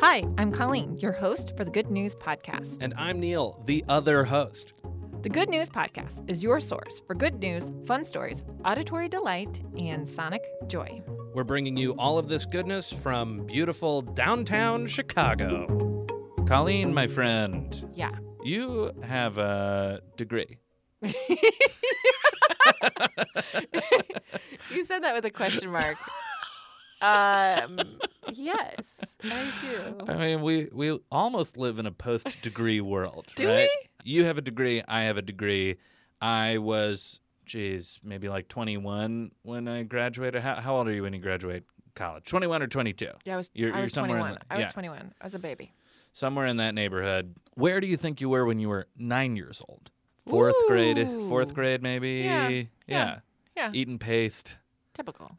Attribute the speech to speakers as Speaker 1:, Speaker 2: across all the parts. Speaker 1: Hi, I'm Colleen, your host for the Good News Podcast.
Speaker 2: And I'm Neil, the other host.
Speaker 1: The Good News Podcast is your source for good news, fun stories, auditory delight, and sonic joy.
Speaker 2: We're bringing you all of this goodness from beautiful downtown Chicago. Colleen, my friend,
Speaker 1: Yeah.
Speaker 2: you have a degree.
Speaker 1: You said that with a question mark. um, yes, I do.
Speaker 2: I mean, we, we almost live in a post degree world,
Speaker 1: Do
Speaker 2: right? You have a degree, I have a degree. I was, geez, maybe like 21 when I graduated. How, how old are you when you graduate college? 21 or 22?
Speaker 1: Yeah, I was,
Speaker 2: You're-
Speaker 1: I
Speaker 2: you're
Speaker 1: was
Speaker 2: somewhere in
Speaker 1: 21.
Speaker 2: the-
Speaker 1: I was
Speaker 2: yeah.
Speaker 1: 21. I was a baby.
Speaker 2: somewhere in that neighborhood. Where do you think you were when you were nine years old? Fourth grade,
Speaker 1: Ooh.
Speaker 2: fourth grade, maybe.
Speaker 1: Yeah, yeah, yeah.
Speaker 2: Eating paste,
Speaker 1: Typical.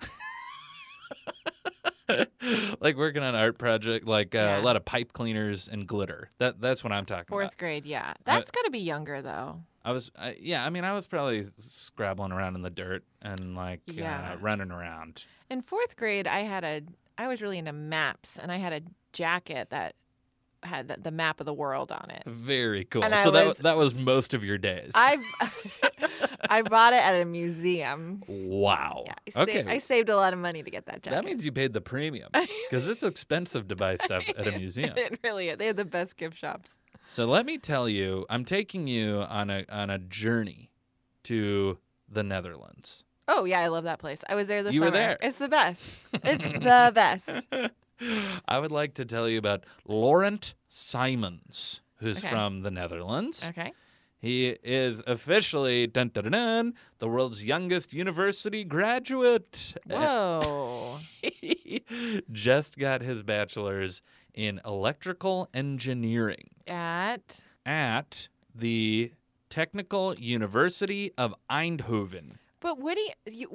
Speaker 2: Uh, like working on an art project, like uh,
Speaker 1: Yeah.
Speaker 2: a lot of pipe cleaners and glitter. That that's what I'm talking
Speaker 1: Fourth
Speaker 2: about.
Speaker 1: grade, yeah. That's got to be younger, though.
Speaker 2: I was, I, yeah. I mean, I was probably scrabbling around in the dirt and like
Speaker 1: Yeah.
Speaker 2: uh, running around.
Speaker 1: In fourth grade, I had a I was really into maps, and I had a jacket that had the map of the world on it.
Speaker 2: Very cool.
Speaker 1: And I
Speaker 2: so that
Speaker 1: was-
Speaker 2: that was most of your days.
Speaker 1: I I bought it at a museum.
Speaker 2: wow.
Speaker 1: Yeah, I, sa-
Speaker 2: Oh, okay.
Speaker 1: I saved a lot of money to get that jacket.
Speaker 2: that means you paid the premium because it's expensive to buy stuff at a museum.
Speaker 1: it really is. They had the best gift shops.
Speaker 2: So let me tell you, I'm taking you on a on a journey to the Netherlands.
Speaker 1: Oh yeah, I love that place. I was there this
Speaker 2: You were
Speaker 1: summer.
Speaker 2: there.
Speaker 1: It's the best. It's the best.
Speaker 2: I would like to tell you about Laurent Simons, who's
Speaker 1: Okay.
Speaker 2: from the Netherlands.
Speaker 1: Okay.
Speaker 2: He is officially dun, dun, dun, dun, the world's youngest university graduate.
Speaker 1: Whoa.
Speaker 2: Just got his bachelor's in electrical engineering.
Speaker 1: At
Speaker 2: at the Technical University of Eindhoven.
Speaker 1: but what do you, you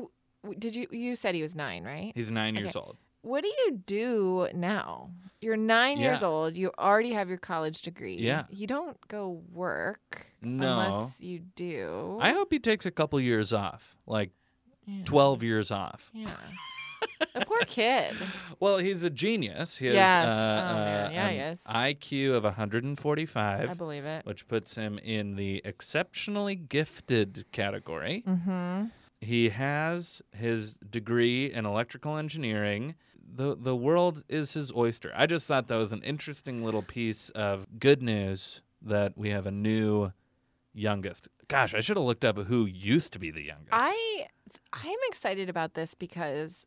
Speaker 1: w- did you you said he was nine, right?
Speaker 2: He's nine years
Speaker 1: Okay.
Speaker 2: old.
Speaker 1: What do you do now? You're nine years
Speaker 2: Yeah.
Speaker 1: old. You already have your college degree.
Speaker 2: Yeah.
Speaker 1: You don't go work
Speaker 2: No.
Speaker 1: unless you do.
Speaker 2: I hope he takes a couple years off, like
Speaker 1: yeah.
Speaker 2: 12 years off.
Speaker 1: Yeah. the poor kid.
Speaker 2: Well, he's a genius. He has
Speaker 1: Yes.
Speaker 2: uh,
Speaker 1: Oh, man.
Speaker 2: uh,
Speaker 1: Yeah, he
Speaker 2: an
Speaker 1: is.
Speaker 2: IQ of 145,
Speaker 1: I believe it.
Speaker 2: which puts him in the exceptionally gifted category.
Speaker 1: Mm-hmm.
Speaker 2: He has his degree in electrical engineering. The the world is his oyster. I just thought that was an interesting little piece of good news that we have a new youngest. Gosh, I should have looked up who used to be the youngest.
Speaker 1: I I'm excited about this because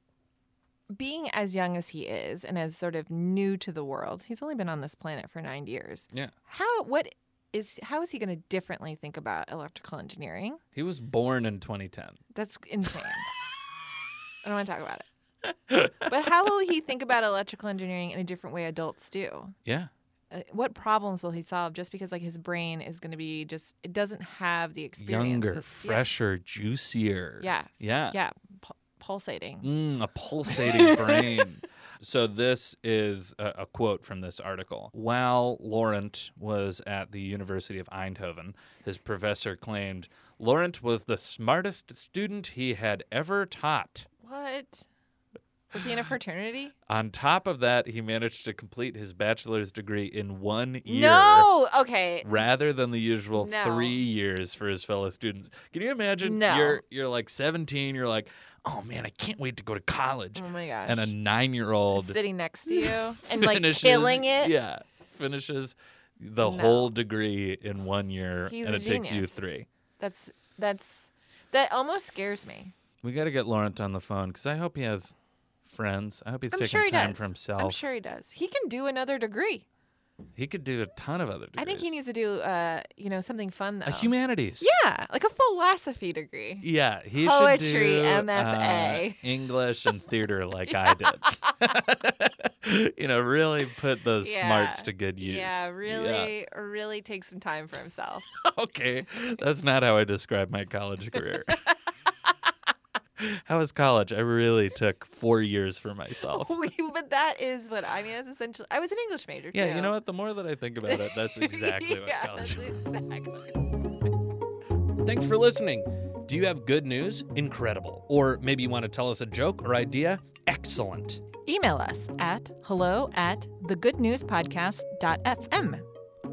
Speaker 1: being as young as he is and as sort of new to the world, he's only been on this planet for nine years.
Speaker 2: Yeah.
Speaker 1: How what is how is he going to differently think about electrical engineering?
Speaker 2: he was born in 2010.
Speaker 1: That's insane. I don't want to talk about it. But how will he think about electrical engineering in a different way adults do?
Speaker 2: Yeah.
Speaker 1: Uh, what problems will he solve just because like his brain is going to be just it doesn't have the experience
Speaker 2: Younger,
Speaker 1: It's- yeah.
Speaker 2: fresher, juicier.
Speaker 1: Yeah.
Speaker 2: Yeah.
Speaker 1: Yeah, pu- pulsating.
Speaker 2: Mm, a pulsating brain. So, this is a, a quote from this article. While Laurent was at the University of Eindhoven, his professor claimed Laurent was the smartest student he had ever taught.
Speaker 1: What? Was he in a fraternity?
Speaker 2: On top of that, he managed to complete his bachelor's degree in one year
Speaker 1: No. Okay.
Speaker 2: rather than the usual
Speaker 1: No.
Speaker 2: three years for his fellow students. Can you imagine?
Speaker 1: No.
Speaker 2: You're, you're like 17, you're like, oh man, I can't wait to go to college.
Speaker 1: Oh my gosh.
Speaker 2: And a nine year old
Speaker 1: sitting next to you and like
Speaker 2: finishes-
Speaker 1: killing it.
Speaker 2: Yeah, finishes the
Speaker 1: No.
Speaker 2: whole degree in one year,
Speaker 1: He's
Speaker 2: and
Speaker 1: a
Speaker 2: it takes you
Speaker 1: genius.
Speaker 2: three.
Speaker 1: That's that's that almost scares me.
Speaker 2: We got to get Laurent on the phone because I hope he has friends. I hope he's
Speaker 1: I'm
Speaker 2: taking
Speaker 1: sure he
Speaker 2: time
Speaker 1: does.
Speaker 2: for himself.
Speaker 1: I'm sure he does. He can do another degree.
Speaker 2: he could do a ton of other degrees.
Speaker 1: I think he needs to do, uh, you know, something fun though.
Speaker 2: a humanities.
Speaker 1: yeah, like a philosophy degree.
Speaker 2: Yeah, he
Speaker 1: Poetry,
Speaker 2: should do uh,
Speaker 1: MFA.
Speaker 2: English and theater like I did. you know, really put those
Speaker 1: Yeah.
Speaker 2: smarts to good use.
Speaker 1: Yeah, really, really take some time for himself.
Speaker 2: okay. That's not how I describe my college career. how was college? I really took four years for myself.
Speaker 1: but that is what I mean. That's essentially. I was an English major too.
Speaker 2: Yeah, you know what? The more that I think about it, that's exactly what
Speaker 1: yeah,
Speaker 2: college
Speaker 1: that's exactly.
Speaker 2: Thanks for listening. Do you have good news? Incredible. Or maybe you want to tell us a joke or idea? Excellent.
Speaker 1: Email us at hello at thegoodnewspodcast.fm.